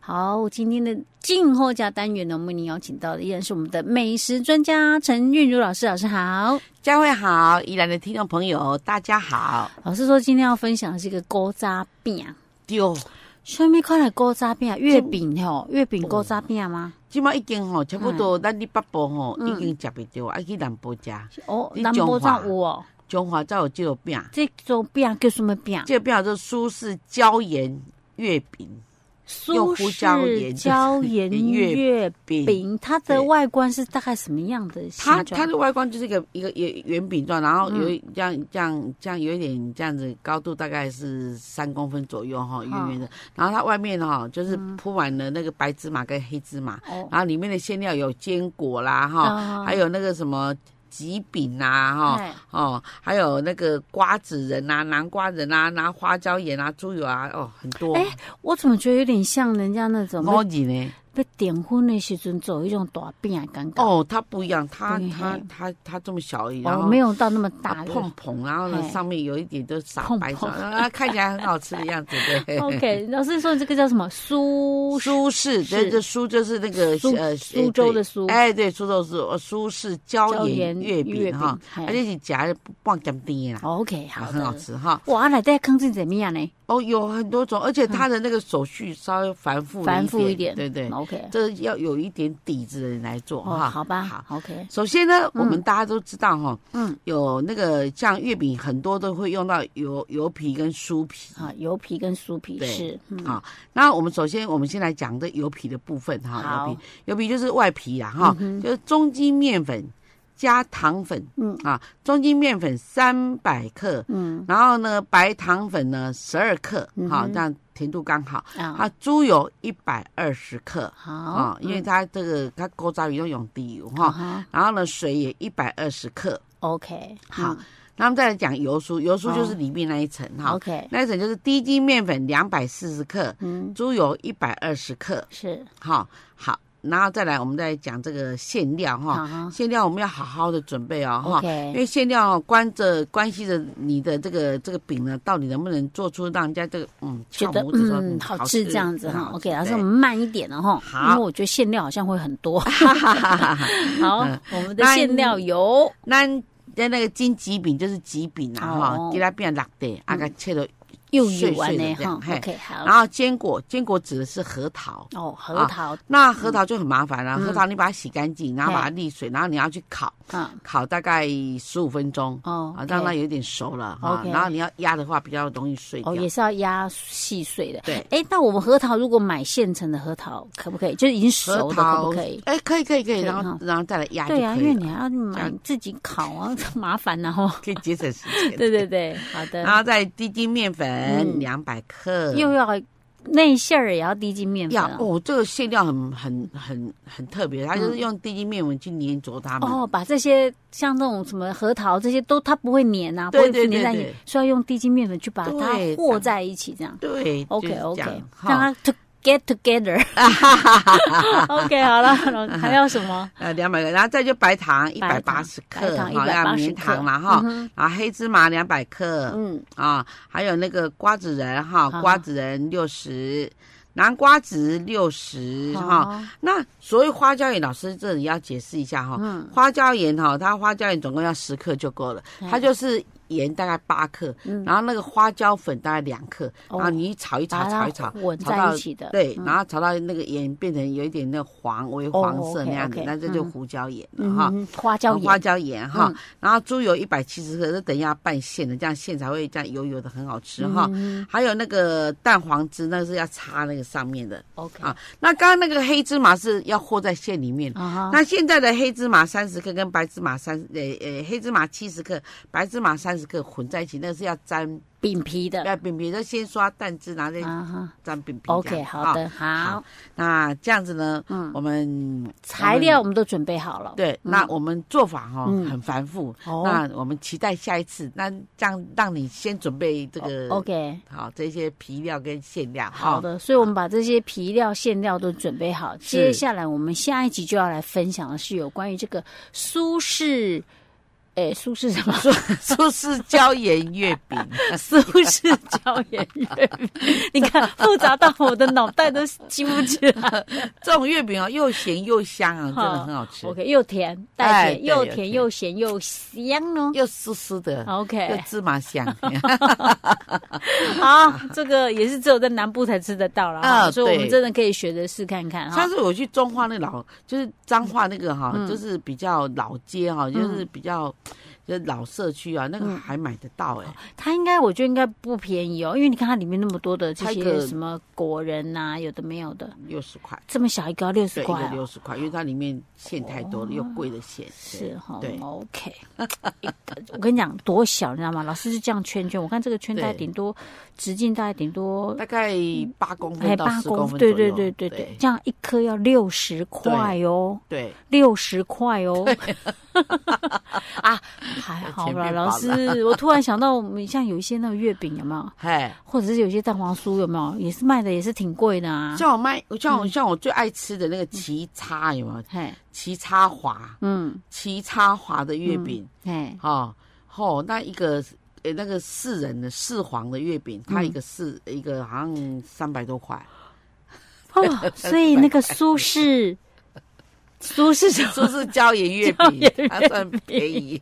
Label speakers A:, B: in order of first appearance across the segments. A: 好，今天的静候家单元呢，我们为您邀请到的依然是我们的美食专家陈韵如老师，老师好。
B: 佳慧好，宜兰的听众朋友大家好。
A: 老师说今天要分享的是一个锅渣饼，啊
B: 丢，
A: 下面看来锅渣饼啊月饼吼，月饼锅渣饼吗？
B: 即马已经吼，差不
A: 嗯
B: 多咱伫北部吼、已经食袂着，爱去南部食。
A: 哦，
B: 你
A: 南波
B: 中华
A: 上有哦，
B: 中华才有这个饼，
A: 这种饼啊叫什么饼？
B: 这个饼叫做苏式椒盐月饼。
A: 苏
B: 胡
A: 式
B: 椒盐
A: 椒盐
B: 月
A: 月
B: 饼
A: 饼，它的
B: 对
A: 外观是大概什么样的形
B: 它它
A: 状？嗯
B: 的外观就是一个一个圆圆饼状，然后有一这样这样这样有一点这样子，高度大概是三公分左右哈，圆圆的。然后它外面哈就是
A: 嗯
B: 铺满了那个白芝麻跟黑芝麻，
A: 哦，
B: 啊然后里面的馅料有坚果啦哈，
A: 啊
B: 还有那个什么吉饼啊哈。
A: 哎
B: 哦，还有那个瓜子仁啊、南瓜仁啊、拿花椒盐啊、猪油啊，哦，很多。
A: 哎我怎么觉得有点像人家那种
B: 猫几呢？
A: 被被点婚的时阵做一种大饼的感觉，
B: 哦，它不一样，它
A: 对
B: 它
A: 嘿
B: 它它这么小而已，然
A: 哦，
B: 后啊
A: 没有到那么
B: 它
A: 大的。
B: 碰碰，然后呢
A: 嘿
B: 上面有一点都撒
A: 碰
B: 白
A: 碰哦
B: 酱，啊，看起来很好吃的样子， 对。
A: OK，老 师说这个叫什么苏
B: 苏式，
A: 是
B: 这这苏就是那个
A: 苏
B: 呃
A: 苏州的苏
B: 哎，对，苏州是呃苏式椒盐月饼哈，
A: 嘿
B: 而且你夹的不放点甜啊的啦，
A: 哦 OK，好
B: 很好
A: 的。
B: 吃哈。
A: 哇，啊内底坑是怎么样呢？
B: 哦，有很多种，而且它的那个手续稍微繁复
A: 嗯繁复一
B: 一
A: 点
B: 点，对对，
A: OK，
B: 这要有一点底子的人来做
A: 哦，
B: 哈。
A: 好吧，
B: 好。
A: ，OK，
B: 首先呢，我们大家都知道哈，
A: 嗯，
B: 有那个像月饼，很多都会用到油油皮跟酥皮。
A: 好，啊油皮跟酥皮
B: 对
A: 是，嗯
B: 好，那我们首先我们先来讲这油皮的部分哈，
A: 好
B: 油皮油皮就是外皮啦哈，就是中筋面粉加糖粉，
A: 嗯
B: 啊，中筋面粉三百克，
A: 嗯
B: 然后呢白糖粉呢十二克，好，这样甜度刚好，
A: 啊，
B: 啊，猪油一百二十克，
A: 好
B: 啊，，因
A: 嗯
B: 为它这个它锅渣鱼要用低油
A: 啊
B: 哈，
A: 哈
B: 然后呢水也一百二十克，
A: ，OK，嗯，
B: 好
A: 哦
B: 那么再来讲油酥，油酥就是里面那一层哈，
A: ，OK，
B: 那一层就是低筋面粉两百四十克，
A: 嗯，
B: 猪油一百二十克，
A: 是，
B: 哈、好，然后再来我们再讲这个馅料哈、
A: 啊哈
B: 馅料我们要好好的准备哦哈、因
A: ，OK，
B: 为馅料哦关着关系着你的这个这个饼呢，到底能不能做出让人家这个嗯
A: 觉
B: 翘
A: 得
B: 拇指说
A: 嗯好吃这样子哈，OK，老师
B: 是
A: 我们慢一点哦哈，
B: 啊好
A: 因为我觉得馅料好像会很 多，
B: 哈哈哈哈哈。
A: 好，我们的馅料油
B: 那那那个金桔饼就是桔饼啊
A: 哦嗯
B: 哈，给它变辣的，啊给它切的，
A: 又有完
B: 碎
A: 呢
B: 碎的这
A: 哈
B: 样嘿
A: ，OK，好
B: 然，后坚果坚果指的是核桃。
A: 哦，核
B: 啊
A: 桃，
B: 那核桃就很麻烦了、啊
A: 嗯
B: 核桃你把它洗干净，然后把它
A: 嘿
B: 沥水，然后你要去烤，
A: 嗯，
B: 烤大概十五分钟，
A: 哦
B: 啊，让它
A: OK
B: 有点熟了哈。
A: OK
B: 然后你要压的话，比较容易碎掉
A: 哦，。也是要压细碎的。
B: 对，
A: 哎，那我们核桃如果买现成的核桃，可不可以？就是已经熟
B: 核
A: 的，可
B: 桃
A: 不可以？
B: 哎，可以可以可以，
A: 以
B: 然
A: 哈
B: 后然后再来压就
A: 对啊，
B: 可
A: 因为
B: 以了，
A: 你还要买自己烤啊， 麻烦然后。
B: 可以节省时间。
A: 对对对，好
B: 然
A: 的。
B: 后再低筋面粉
A: 嗯
B: 两百克，
A: 又要内馅儿也要滴进面粉
B: 要
A: 啊，
B: 哦，这个馅料很很很很特别，它就是用低筋面粉去粘着它们。
A: 嗯哦，把这些像这种什么核桃这些都它不会粘啊，不
B: 对
A: 会
B: 对
A: 粘在
B: 对
A: 一起
B: 对，
A: 所以要用低筋面粉去把它
B: 对
A: 和在一起，这样。
B: 对
A: OK
B: 就是这
A: OK，
B: 样
A: 让
B: 哈，
A: 它 to get together。OK，好了，还要什么？
B: 呃，两百克，然后再就白糖一
A: 白
B: 百
A: 糖
B: 八十
A: 白
B: 克，
A: 糖
B: 好，
A: 180
B: 要棉糖嘛哈，然后黑芝麻两百克，
A: 嗯，
B: 啊，还有那个瓜子仁哈
A: 好，
B: 瓜子仁六十，南瓜子六十
A: 哦
B: 哈。
A: 好，
B: 那所谓花椒盐，老师这里要解释一下哈。
A: 嗯
B: 花椒盐哈，它花椒盐总共要十克就够了，它
A: 嗯
B: 就是盐大概八克，
A: 嗯
B: 然后那个花椒粉大概两克，
A: 哦
B: 然后你一炒一炒
A: 把它
B: 炒一炒，
A: 混
B: 炒
A: 在
B: 到
A: 一起的
B: 对，
A: 嗯
B: 然后炒到那个盐变成有一点那黄微
A: 哦
B: 黄色那样子，
A: ，OK，OK，
B: 那这就
A: 嗯
B: 胡椒盐了
A: 嗯
B: 哈。
A: 哼，花椒
B: 花
A: 盐，
B: 椒盐哈，
A: 嗯
B: 然后猪油一百七十克，这等一下拌馅的，这样馅才会这样油油的，很好吃哈。
A: 嗯
B: 还有那个蛋黄汁，那是要擦那个上面的
A: ，OK，
B: 啊。那刚刚那个黑芝麻是要和在馅里面。
A: 啊哈，
B: 那现在的黑芝麻三十克跟白芝麻三呃呃黑芝麻七十克，白芝麻三十克混在一起，那是要沾
A: 饼皮的，
B: 要饼皮，就先刷蛋汁，然后再
A: 呃啊哈
B: 沾饼皮这样。
A: ，OK，好的，
B: 啊
A: 好
B: 好，那这样子呢，
A: 嗯
B: 我们
A: 材料我们都准备好了，
B: 对，那我们做法哈、
A: 嗯
B: 很繁复、
A: 哦
B: 那我们期待下一次，那这样让你先准备这个、
A: 哦，OK，
B: 好这些皮料跟馅料哈。
A: 好，的，所以我们把这些皮料、馅料都准备好，
B: 是
A: 接下来我们下一集就要来分享的是有关于这个苏式。诶，苏轼 什么？
B: 苏 苏式椒盐月 饼，
A: 苏轼椒盐月饼，你看复杂到我的脑袋都记不起来。
B: 这种月饼哦，又咸又香啊，真的很好吃，
A: OK，又甜带
B: 哎
A: 甜，
B: 对
A: 又
B: 有
A: 甜
B: 甜
A: 又咸又香哦。
B: 又湿湿的，又
A: OK，
B: 芝麻 香。
A: 好，这个也是只有在南部才吃得到了哈，
B: 啊
A: 所以我们
B: 对
A: 真的可以学着试看看哈
B: 上。次我去中化那老，就是彰化那个哈，
A: 嗯
B: 就是比较老街哈，就是比较就是老社区啊，
A: 嗯
B: 那个还买得到哎，
A: 它应该，我觉得应该不便宜哦，因为你看它里面那么多的这
B: 它一
A: 些
B: 个
A: 什么果仁呐、有的没有的，
B: 六十块。
A: 这么小一个要六十
B: 对，一
A: 块、
B: 个
A: 啊哦
B: 六，十块，因为它里面馅太多了，又贵的馅。对
A: 是哈
B: 对，
A: ，OK。我跟你讲多小，你知道吗？老师就这样圈圈，我看这个圈大概
B: 对
A: 顶多直径大概顶多
B: 大概八公
A: 哎
B: 分到
A: 八
B: 十公分左
A: 对
B: 右。
A: 对对对对，这样一颗要六十块哦，
B: 对，
A: 六十块哦。 啊，还好
B: 钱
A: 啦，
B: 变
A: 老
B: 薄了
A: 师，我突然想到，我们像有一些那个月饼有没有？
B: 嘿，
A: 或者是有些蛋黄酥有没有？也是卖的也是挺贵的啊。
B: 像我卖，像我像我最爱吃的那个奇叉有没有？
A: 嘿，
B: 奇叉华，
A: 嗯，
B: 奇叉华的月饼，
A: 嘿，
B: 哦，吼、那一个呃那个四人的四黄的月
A: 嗯
B: 饼，它一个四、一个好像三百多块，
A: 哦，所以那个苏轼，苏轼什
B: 说是椒盐月
A: 椒盐月
B: 饼，它算便宜。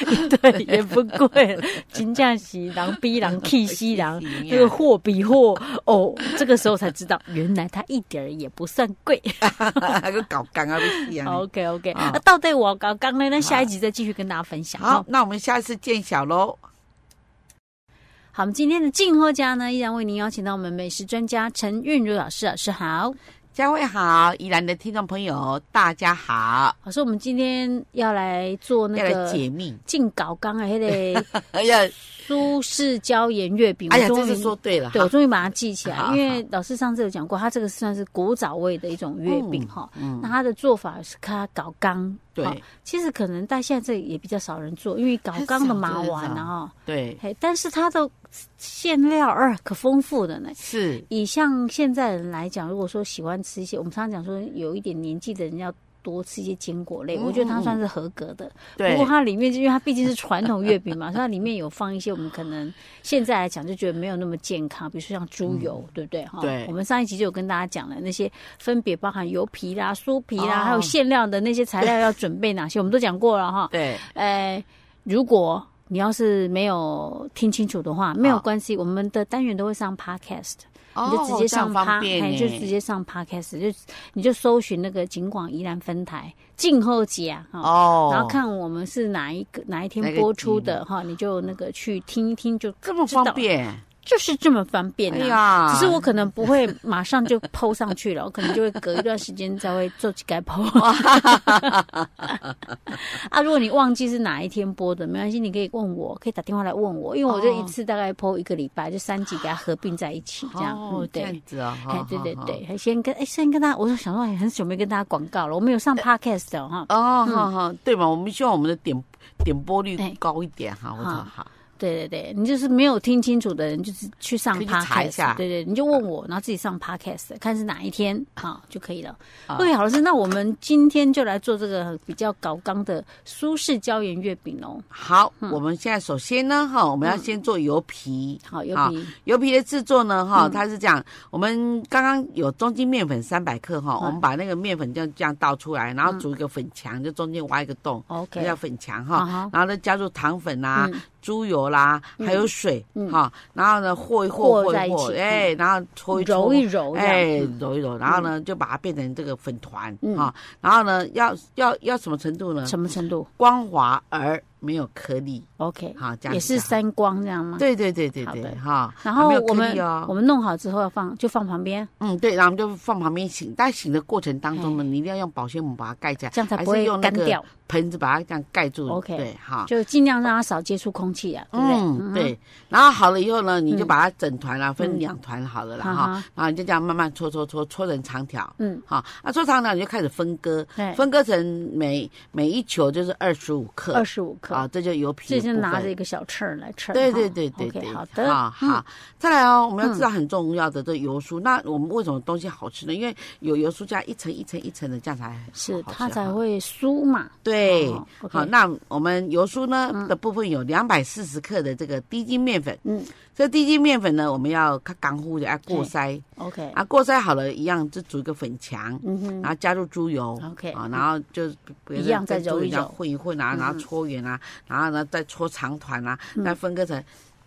A: 么对也不贵， 金价喜狼逼狼气西 狼，哦这个货比货哦，这个时候才知道原来它一点儿也不算贵。
B: 那个搞干啊，不一样。
A: OK OK，
B: 啊
A: 那到底我刚刚呢？那下一集再继续跟大家分享。
B: 好，，那我们下次见小喽。
A: 好，我们今天的静候家呢，依然为您邀请到我们美食专家陈韵如老师，老师好。
B: 佳慧好，宜兰的听众朋友大家好，
A: 老师，我们今天要来做那
B: 要来
A: 个
B: 解密，
A: 进搞刚还得
B: 哎呀，
A: 苏式椒盐月饼。
B: 哎呀，
A: 我终
B: 这
A: 于
B: 次说对了，
A: 对，
B: 哈
A: 我终于把它记起来，
B: 好
A: 因为老师上次有讲过，它这个算是古早味的一种月饼哈。那它的做法是它搞刚，
B: 哦嗯对
A: 哦其实可能到现在这也比较少人做，因为搞刚的麻丸
B: 很少
A: 啊哈，
B: 对，
A: 嘿，但是它的馅料啊可丰富的呢。
B: 是
A: 以像现在人来讲，如果说喜欢吃一些，我们常常讲说有一点年纪的人要多吃一些坚果类，
B: 嗯
A: 我觉得它算是合格的。不
B: 对
A: 过，它里面，因为它毕竟是传统月饼嘛，所以 它里面有放一些我们可能现在来讲就觉得没有那么健康，比如说像猪油，对不对？哈，
B: 嗯对
A: 我们上一集就有跟大家讲了那些分别包含油皮啦、酥皮啦，
B: 哦
A: 还有馅料的那些材料要准备哪些，我们都讲过了哈。
B: 对，
A: 呃，如果你要是没有听清楚的话，没有关系，我们的单元都会上 podcast。
B: 哦
A: 你就直接
B: 这样
A: 上趴，
B: 方便
A: 嘿
B: 呢，
A: 就直接上 podcast，就你就搜寻那个景广宜兰分台静候节啊，哈、
B: 哦，
A: 然后看我们是哪一个哪一
B: 哪
A: 天
B: 个嗯
A: 播出的哈，你就那个去听一听就
B: 这么
A: 知道
B: 方，便，
A: 就是这么方便
B: 哎
A: 啊。
B: 呀，
A: 只是我可能不会 马上就 PO 上去了，我可能就会隔一段时间才会做几该 PO。啊，如果你忘记是哪一天播的，没关系，你可以问我，可以打电话来问我，因为我就一次大概 PO 一个礼拜，就三集给它合并在一起，这样、
B: 哦
A: 嗯，
B: 这
A: 对。
B: 样子哦，
A: 哎
B: 好，
A: 对对，
B: 好
A: 对，还先跟哎，先跟大家，我说想说，哎，很久没跟大家广告了，我们有
B: 哎
A: 上 podcast 的哈，
B: 好哦，
A: 嗯
B: 好好，对嘛，我们希望我们的点点播率
A: 哎
B: 高一点哈，我说
A: 好
B: 好，
A: 对对对，你就是没有听清楚的人，就是去上
B: 可以去查一
A: podcast，
B: 下
A: 对对，你就问我，然后自己上 podcast，看是哪一天啊就可以了。
B: 啊
A: 对，好老师，那我们今天就来做这个比较搞纲的苏式椒盐月饼哦。
B: 好，我们现在首先呢，哈，我们
A: 嗯
B: 要先做油皮。
A: 好，油
B: 好
A: 皮，
B: 油皮的制作呢，
A: 嗯
B: 哈，它是这样，我们刚刚有中筋面粉三百克
A: 嗯
B: 哈，我们把那个面粉这样这样倒出来，然后煮一个粉墙，就中间挖一个洞，
A: OK
B: 叫粉墙
A: 啊
B: 哈，
A: 哈，
B: 然后呢加入糖粉啦、
A: 嗯
B: 猪油啦，还有水哈，然后呢和一
A: 和
B: 和和
A: 在
B: 一
A: 一起嗯
B: 和，哎，然后搓一搓
A: 揉一揉，
B: 哎
A: 哎，嗯，
B: 揉一揉，然后呢就把它变成这个粉团
A: 嗯
B: 啊，然后呢要要要什么程度呢？
A: 什么程度
B: 光滑而没有颗粒，
A: ？OK，
B: 好，这样
A: 也是
B: 三，
A: 三光这样吗？。
B: 对对对对
A: 好
B: 对
A: 的，
B: 哈，
A: 然
B: 啊
A: 后
B: 没有
A: 我
B: 颗
A: 们
B: 粒哦
A: 我，们弄好之后要放，就放旁边，
B: 嗯对，然后我们就放旁边醒，但醒的过程当中呢，你一定要用保鲜膜把它盖起来，
A: 这样才
B: 还
A: 不
B: 是
A: 会
B: 用那
A: 干
B: 个
A: 掉，
B: 盆子把它这样盖住
A: OK
B: 对，哈。
A: 就尽量让它少接触空气啊，对不对？
B: 嗯，对，然后好了以后呢，你就
A: 嗯
B: 把它整团啦，
A: 嗯
B: 分两团好了啦
A: 哈
B: 哈
A: 哈，
B: 然后你就这样慢慢搓搓搓，搓成长条，
A: 嗯，
B: 好，啊，搓长条你就开始分割，
A: 对，
B: 分割成每每一球就是二十五克，
A: 嗯二十五克，
B: 啊，这就油皮
A: 所
B: 的
A: 以
B: 部
A: 就
B: 分。
A: 拿着一个小秤儿来称哈。
B: 对对对对
A: OK，
B: 对，
A: 好的，
B: 好
A: 嗯
B: 好。再来哦，我们要知道很重要的这油酥。那我们为什么东西好吃呢？因为有油酥这样一层一层一层的，这样才
A: 是
B: 好吃
A: 它才
B: 哈
A: 会酥嘛。
B: 对
A: 哦。，OK
B: 好，那我们油酥呢的部分有两百四十克的这个低筋面粉。
A: 嗯，
B: 这低筋面粉呢，我们要它干乎的，要过筛
A: OK，
B: 啊，过筛好了，一样就煮一个粉墙，
A: 嗯哼
B: 然后加入猪油。
A: ，OK，
B: 啊，然后就比如
A: 一
B: 说
A: 样再
B: 跟猪
A: 揉一嗯
B: 样
A: 揉
B: 混一混啊，然后搓圆啊，然后呢再搓长团啊，再分割成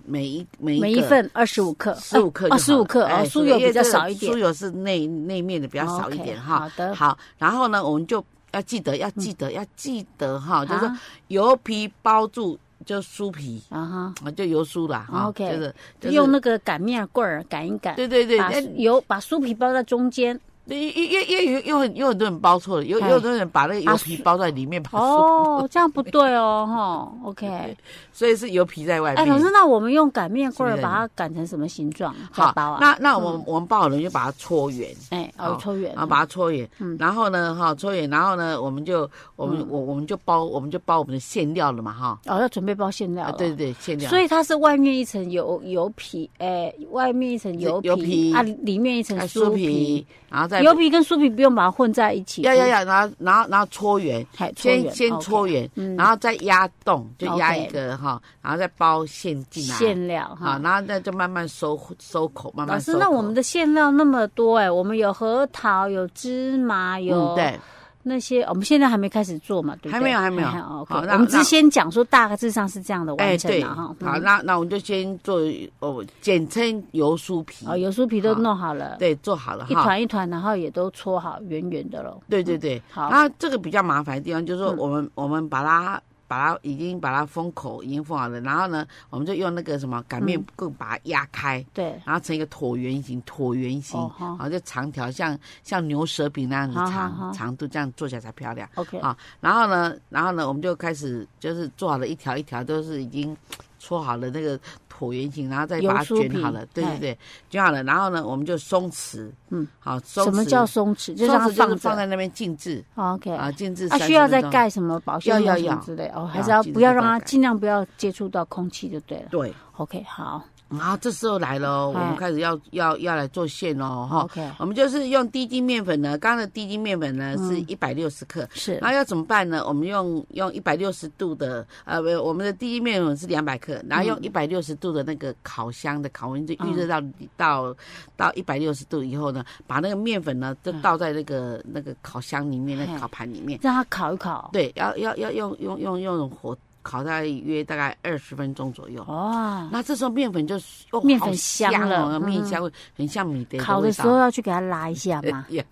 B: 每一每一
A: 嗯每一
B: 个
A: 份二十五克，
B: 十五克就好了，
A: 二十五克哦
B: 哎，
A: 酥油比较少一
B: 因
A: 点哦
B: 为这个酥油是内内面的比较少一点
A: OK，
B: 哈。
A: 好的
B: 好，然后呢，我们就要记得，要记得，要记得哈，就是说
A: 啊
B: 油皮包住就酥皮，
A: 啊
B: 啊，就油酥啦哈。
A: 哦 OK
B: 就是就
A: 哈，
B: 是
A: 用那个擀面棍儿擀一擀，
B: 对对对，
A: 把
B: 哎
A: 油把酥皮包在中间，
B: 因因因因为有有有很多人包错了，有
A: 哎
B: 有很多人把那个
A: 啊
B: 油皮包在里面，把酥，
A: 哦，这样不对哦，哈，OK，
B: 所以是油皮在外
A: 哎，
B: 面。
A: 老师，那我们用擀面棍
B: 是
A: 儿
B: 不是
A: 把它擀成什么形状？
B: 好
A: 再包啊，
B: 那那我们我们包好了就把它搓圆，
A: 哎，哦
B: 好，
A: 搓圆嗯
B: 然，后把它搓圆，然后呢，哈，搓圆，然后呢，我们就我们我我们就包我们就包我们的馅料了嘛，哈，
A: 哦，要准备包馅料
B: 啊，
A: 了，
B: 对对对，馅料，
A: 所以它是外面一层油油皮，哎，外面一层油
B: 油皮
A: 啊，里面一层
B: 啊
A: 酥
B: 酥皮，，然后再
A: 油皮跟酥皮不用把它混在一起，
B: 要要要，然后然后然后搓圆，
A: 还搓
B: 先
A: 圆，
B: 先
A: OK
B: 搓圆
A: 嗯，
B: 然后再压冻，就压
A: OK
B: 一个哈，然后再包馅进来，
A: 馅料
B: 好，
A: 哈。
B: 然后再就慢慢收收口，慢
A: 老
B: 慢收
A: 师，
B: 口。
A: 那我们的馅料那么多哎、我们有核桃，有芝麻，有
B: 嗯对，
A: 那些，我们现在还没开始做嘛，对不对？
B: 还没有还没有
A: 哦 OK，
B: 好那
A: 我们只
B: 那
A: 是先讲说大致上是这样的
B: 哎
A: 完成
B: 对，
A: 了哈。
B: 好，
A: 嗯
B: 那那我们就先做哦，简称油酥皮，
A: 哦，油酥皮都
B: 好
A: 弄好了，
B: 对，做好了
A: 一
B: 哈。
A: 团一团，然后也都搓好圆圆的喽。
B: 对对对，
A: 好嗯
B: 那这个比较麻烦的地方就是说，我们、我们把它把它已经把它封口，已经封好了，然后呢，我们就用那个什么擀
A: 嗯
B: 面棍把它压开，
A: 对，
B: 然后成一个椭圆形，椭圆形，
A: 哦好
B: 然后就长条，像像牛舌饼那样子
A: 好好
B: 长
A: 好
B: 长度，这样做起来才漂亮。
A: ，OK，
B: 啊，然后呢，然后呢，我们就开始就是做好了一条一条，都是已经搓好了那个椭圆形，然后再
A: 油
B: 把它
A: 酥
B: 卷好
A: 皮
B: 了，对
A: 哎
B: 对对，卷好了，然后呢，我们就松弛，
A: 嗯，
B: 好，松
A: 什么
B: 弛
A: 叫松弛？
B: 就
A: 让它
B: 是就是
A: 放
B: 放
A: 着。
B: 在那边静置
A: OK，
B: 啊，静置
A: 啊，
B: 30
A: 需要再
B: 分钟。
A: 盖什么保鲜
B: 要
A: 膜什
B: 要
A: 么
B: 要
A: 之类哦，
B: 要
A: 还是要
B: 记得
A: 不要
B: 再
A: 让它
B: 盖
A: 尽量不要接触到空气就对了。
B: 对，
A: OK，好
B: 然后这时候来了哦，我
A: 哎
B: 们开始要要要来做馅喽哈。
A: ，OK，
B: 我们就是用低筋面粉呢，刚刚的低筋面粉呢
A: 嗯
B: 是一百六十克，
A: 是
B: 然后要怎么办呢？我们用用一百六十度的，呃，不，我们的第一面粉是两百克，然后
A: 嗯
B: 用一百六十度的那个烤箱的烤温就预热到、到到一百六十度以后呢，把那个面粉呢就倒在那个、那个烤箱里面，那
A: 嗯嘿
B: 个烤盘里面。
A: 让它烤一烤。
B: 对，要要要用用用用火烤大概约大概二十分钟左右。
A: 哦，
B: 那这时候面粉就哦，
A: 面粉
B: 好
A: 香了
B: 哦，面
A: 嗯
B: 香味很像米的
A: 烤
B: 味
A: 的时候
B: 道，
A: 要去给它拉一下嘛，
B: 也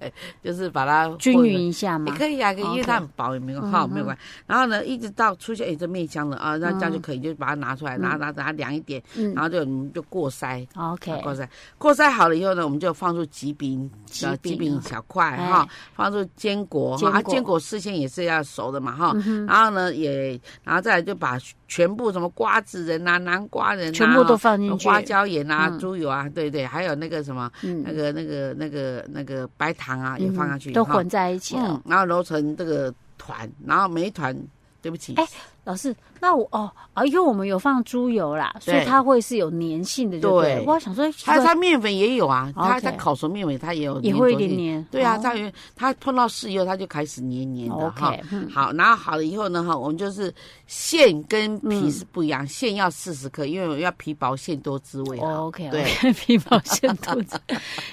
B: 就是把它
A: 均
B: 混合
A: 匀一下
B: 哎也
A: 嘛。
B: 可以啊，可以，因为
A: 哦 OK 嗯
B: 它很薄，也没有哈，没有关系。然后呢，一直到出现哎这面香了啊，那这样就可以，就把它拿出来，拿拿拿凉一点，
A: 嗯
B: 然后就嗯就过筛。
A: OK，
B: 过筛，过筛好了以后呢，我们就放入吉饼，
A: 吉
B: 呃
A: 饼啊
B: 吉饼小块
A: 哎
B: 哈，放入坚果哈，
A: 坚
B: 啊
A: 果嗯
B: 坚果事先也是要熟的嘛哈，然后呢也，然后再来就把全部什么瓜子仁啊、南瓜仁啊，
A: 全部都放进去。
B: 花椒盐啊
A: 嗯、
B: 猪油啊，对对，还有那个什么那
A: 嗯，
B: 个那个那个那个白糖啊也放
A: 嗯
B: 上去，
A: 都
B: 哈
A: 混在一起了。
B: 嗯，然后揉成这个团，然后每一团，对不起，
A: 哎老师，那我哦啊，因为我们有放猪油啦，所以
B: 对
A: 它会是有粘性的，就对了。
B: 对
A: 我想说，奇
B: 它
A: 怪
B: 它面粉也有啊，它
A: OK
B: 它烤熟面粉它也有
A: 也会有点
B: 粘着性。
A: 黏。
B: 对啊，
A: 哦
B: 它有它碰到豉油，它就开始黏黏的哈
A: OK，。嗯
B: 好，然后好了以后呢，哈，我们就是馅跟皮是不
A: 嗯
B: 一样，馅要四十克，因为我要皮薄馅多滋味啊哈。
A: OK，
B: 对
A: OK，皮 毛线肚 子，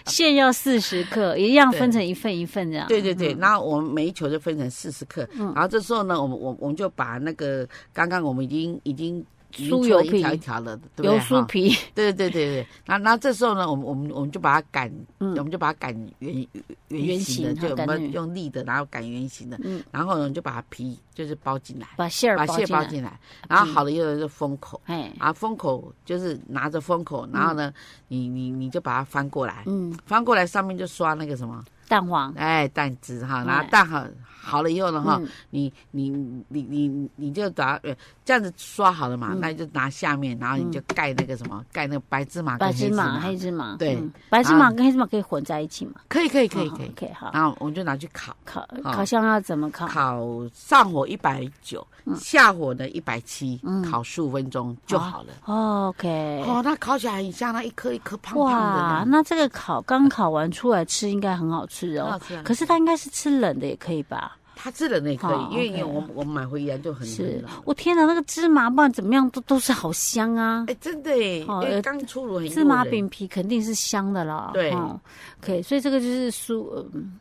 A: 馅要四十克，一样分成一份一份这样。嗯
B: 对对对，然后我们每一球就分成四十克，然后这时候呢，我们我我们就把那个刚刚我们已经已经已
A: 酥
B: 经做
A: 油
B: 了一条
A: 皮
B: 一条了，对不对
A: 油
B: 哈
A: 酥皮，
B: 对对对对，然后然后这时候呢，我们我们我们就把它擀，我们就把它擀圆圆形
A: 嗯圆形
B: 的，就
A: 好
B: 我
A: 擀圆
B: 们用力的，然后擀圆形的
A: 嗯，
B: 然后呢我们就把它皮就是包进来，
A: 把馅儿
B: 把
A: 包
B: 馅
A: 进
B: 包
A: 来。嗯
B: 进来，然后好了以后就封口，
A: 哎，
B: 啊封口就是拿着封口，然后呢你你你就把它翻过来，
A: 嗯，
B: 翻过来上面就刷那个什么
A: 蛋黄，
B: 哎，蛋汁哈，然
A: 哎
B: 后蛋好好了以后呢哈
A: 嗯，
B: 你你你你你就把呃这样子刷好了
A: 嗯
B: 嘛，那你就拿下面，然后你就盖那个什么，盖那个白芝麻啊跟
A: 白
B: 黑
A: 芝
B: 芝
A: 麻、
B: 麻
A: 黑，芝麻，
B: 对
A: 嗯白芝
B: 然
A: 麻
B: 后
A: 跟黑芝麻可以混在一起嘛？
B: 可以可以可以
A: 嗯
B: 可以，
A: ，OK，好。
B: 然后我们就拿去烤，
A: 烤
B: 好
A: 烤箱要怎么烤？
B: 烤上火一百九，
A: 嗯
B: 下火呢一百七，烤十五分钟
A: 哦
B: 就好了。
A: OK，
B: 哦，那烤起来很像那一颗一颗胖胖的
A: 哇，
B: 呢，
A: 那这个烤刚烤完出来吃应该很好吃
B: 很好
A: 哦。
B: 吃啊。
A: 可是它应该是吃冷的也可以吧？
B: 它制冷的也可
A: 好
B: 以，因为
A: 哦 OK
B: 我我们买回来就很
A: 是
B: 冷了。
A: 我天哪，那个芝麻不管怎么样都都是好香啊！
B: 哎，真的耶，因
A: 哦
B: 为
A: 呃
B: 刚出炉很诱
A: 芝麻
B: 人
A: 饼皮肯定是香的啦。
B: 对
A: 哦，OK，所以这个就是酥，嗯，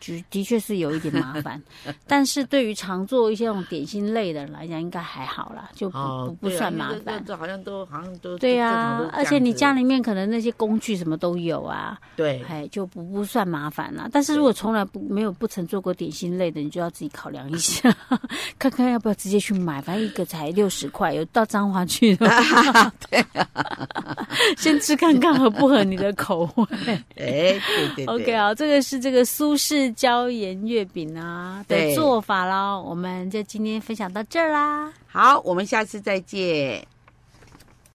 A: 的的确是有一点麻 烦，但是对于常做一些那种点心类的人来讲，应该还好啦，就不、
B: 哦，
A: 不不
B: 对啊
A: 算
B: 因为
A: 麻
B: 这这
A: 烦。
B: 这好像都好像都
A: 对
B: 呀、
A: 呀、
B: 正常都这
A: 而
B: 样
A: 且你
B: 子
A: 家里面可能那些工具什么都有啊，
B: 对
A: 哎，就不不算麻烦啦。但是如果从来不没有不曾做过点心类的，你就要自己考量一下，看看要不要直接去买，反正一个才六十块，有到彰化去的， 啊先吃看看合不合你的口味。
B: 哎 对对对
A: OK 啊，这个是这个苏式椒盐月饼啊的
B: 对
A: 做法啦，我们就今天分享到这儿啦。
B: 好，我们下次再见。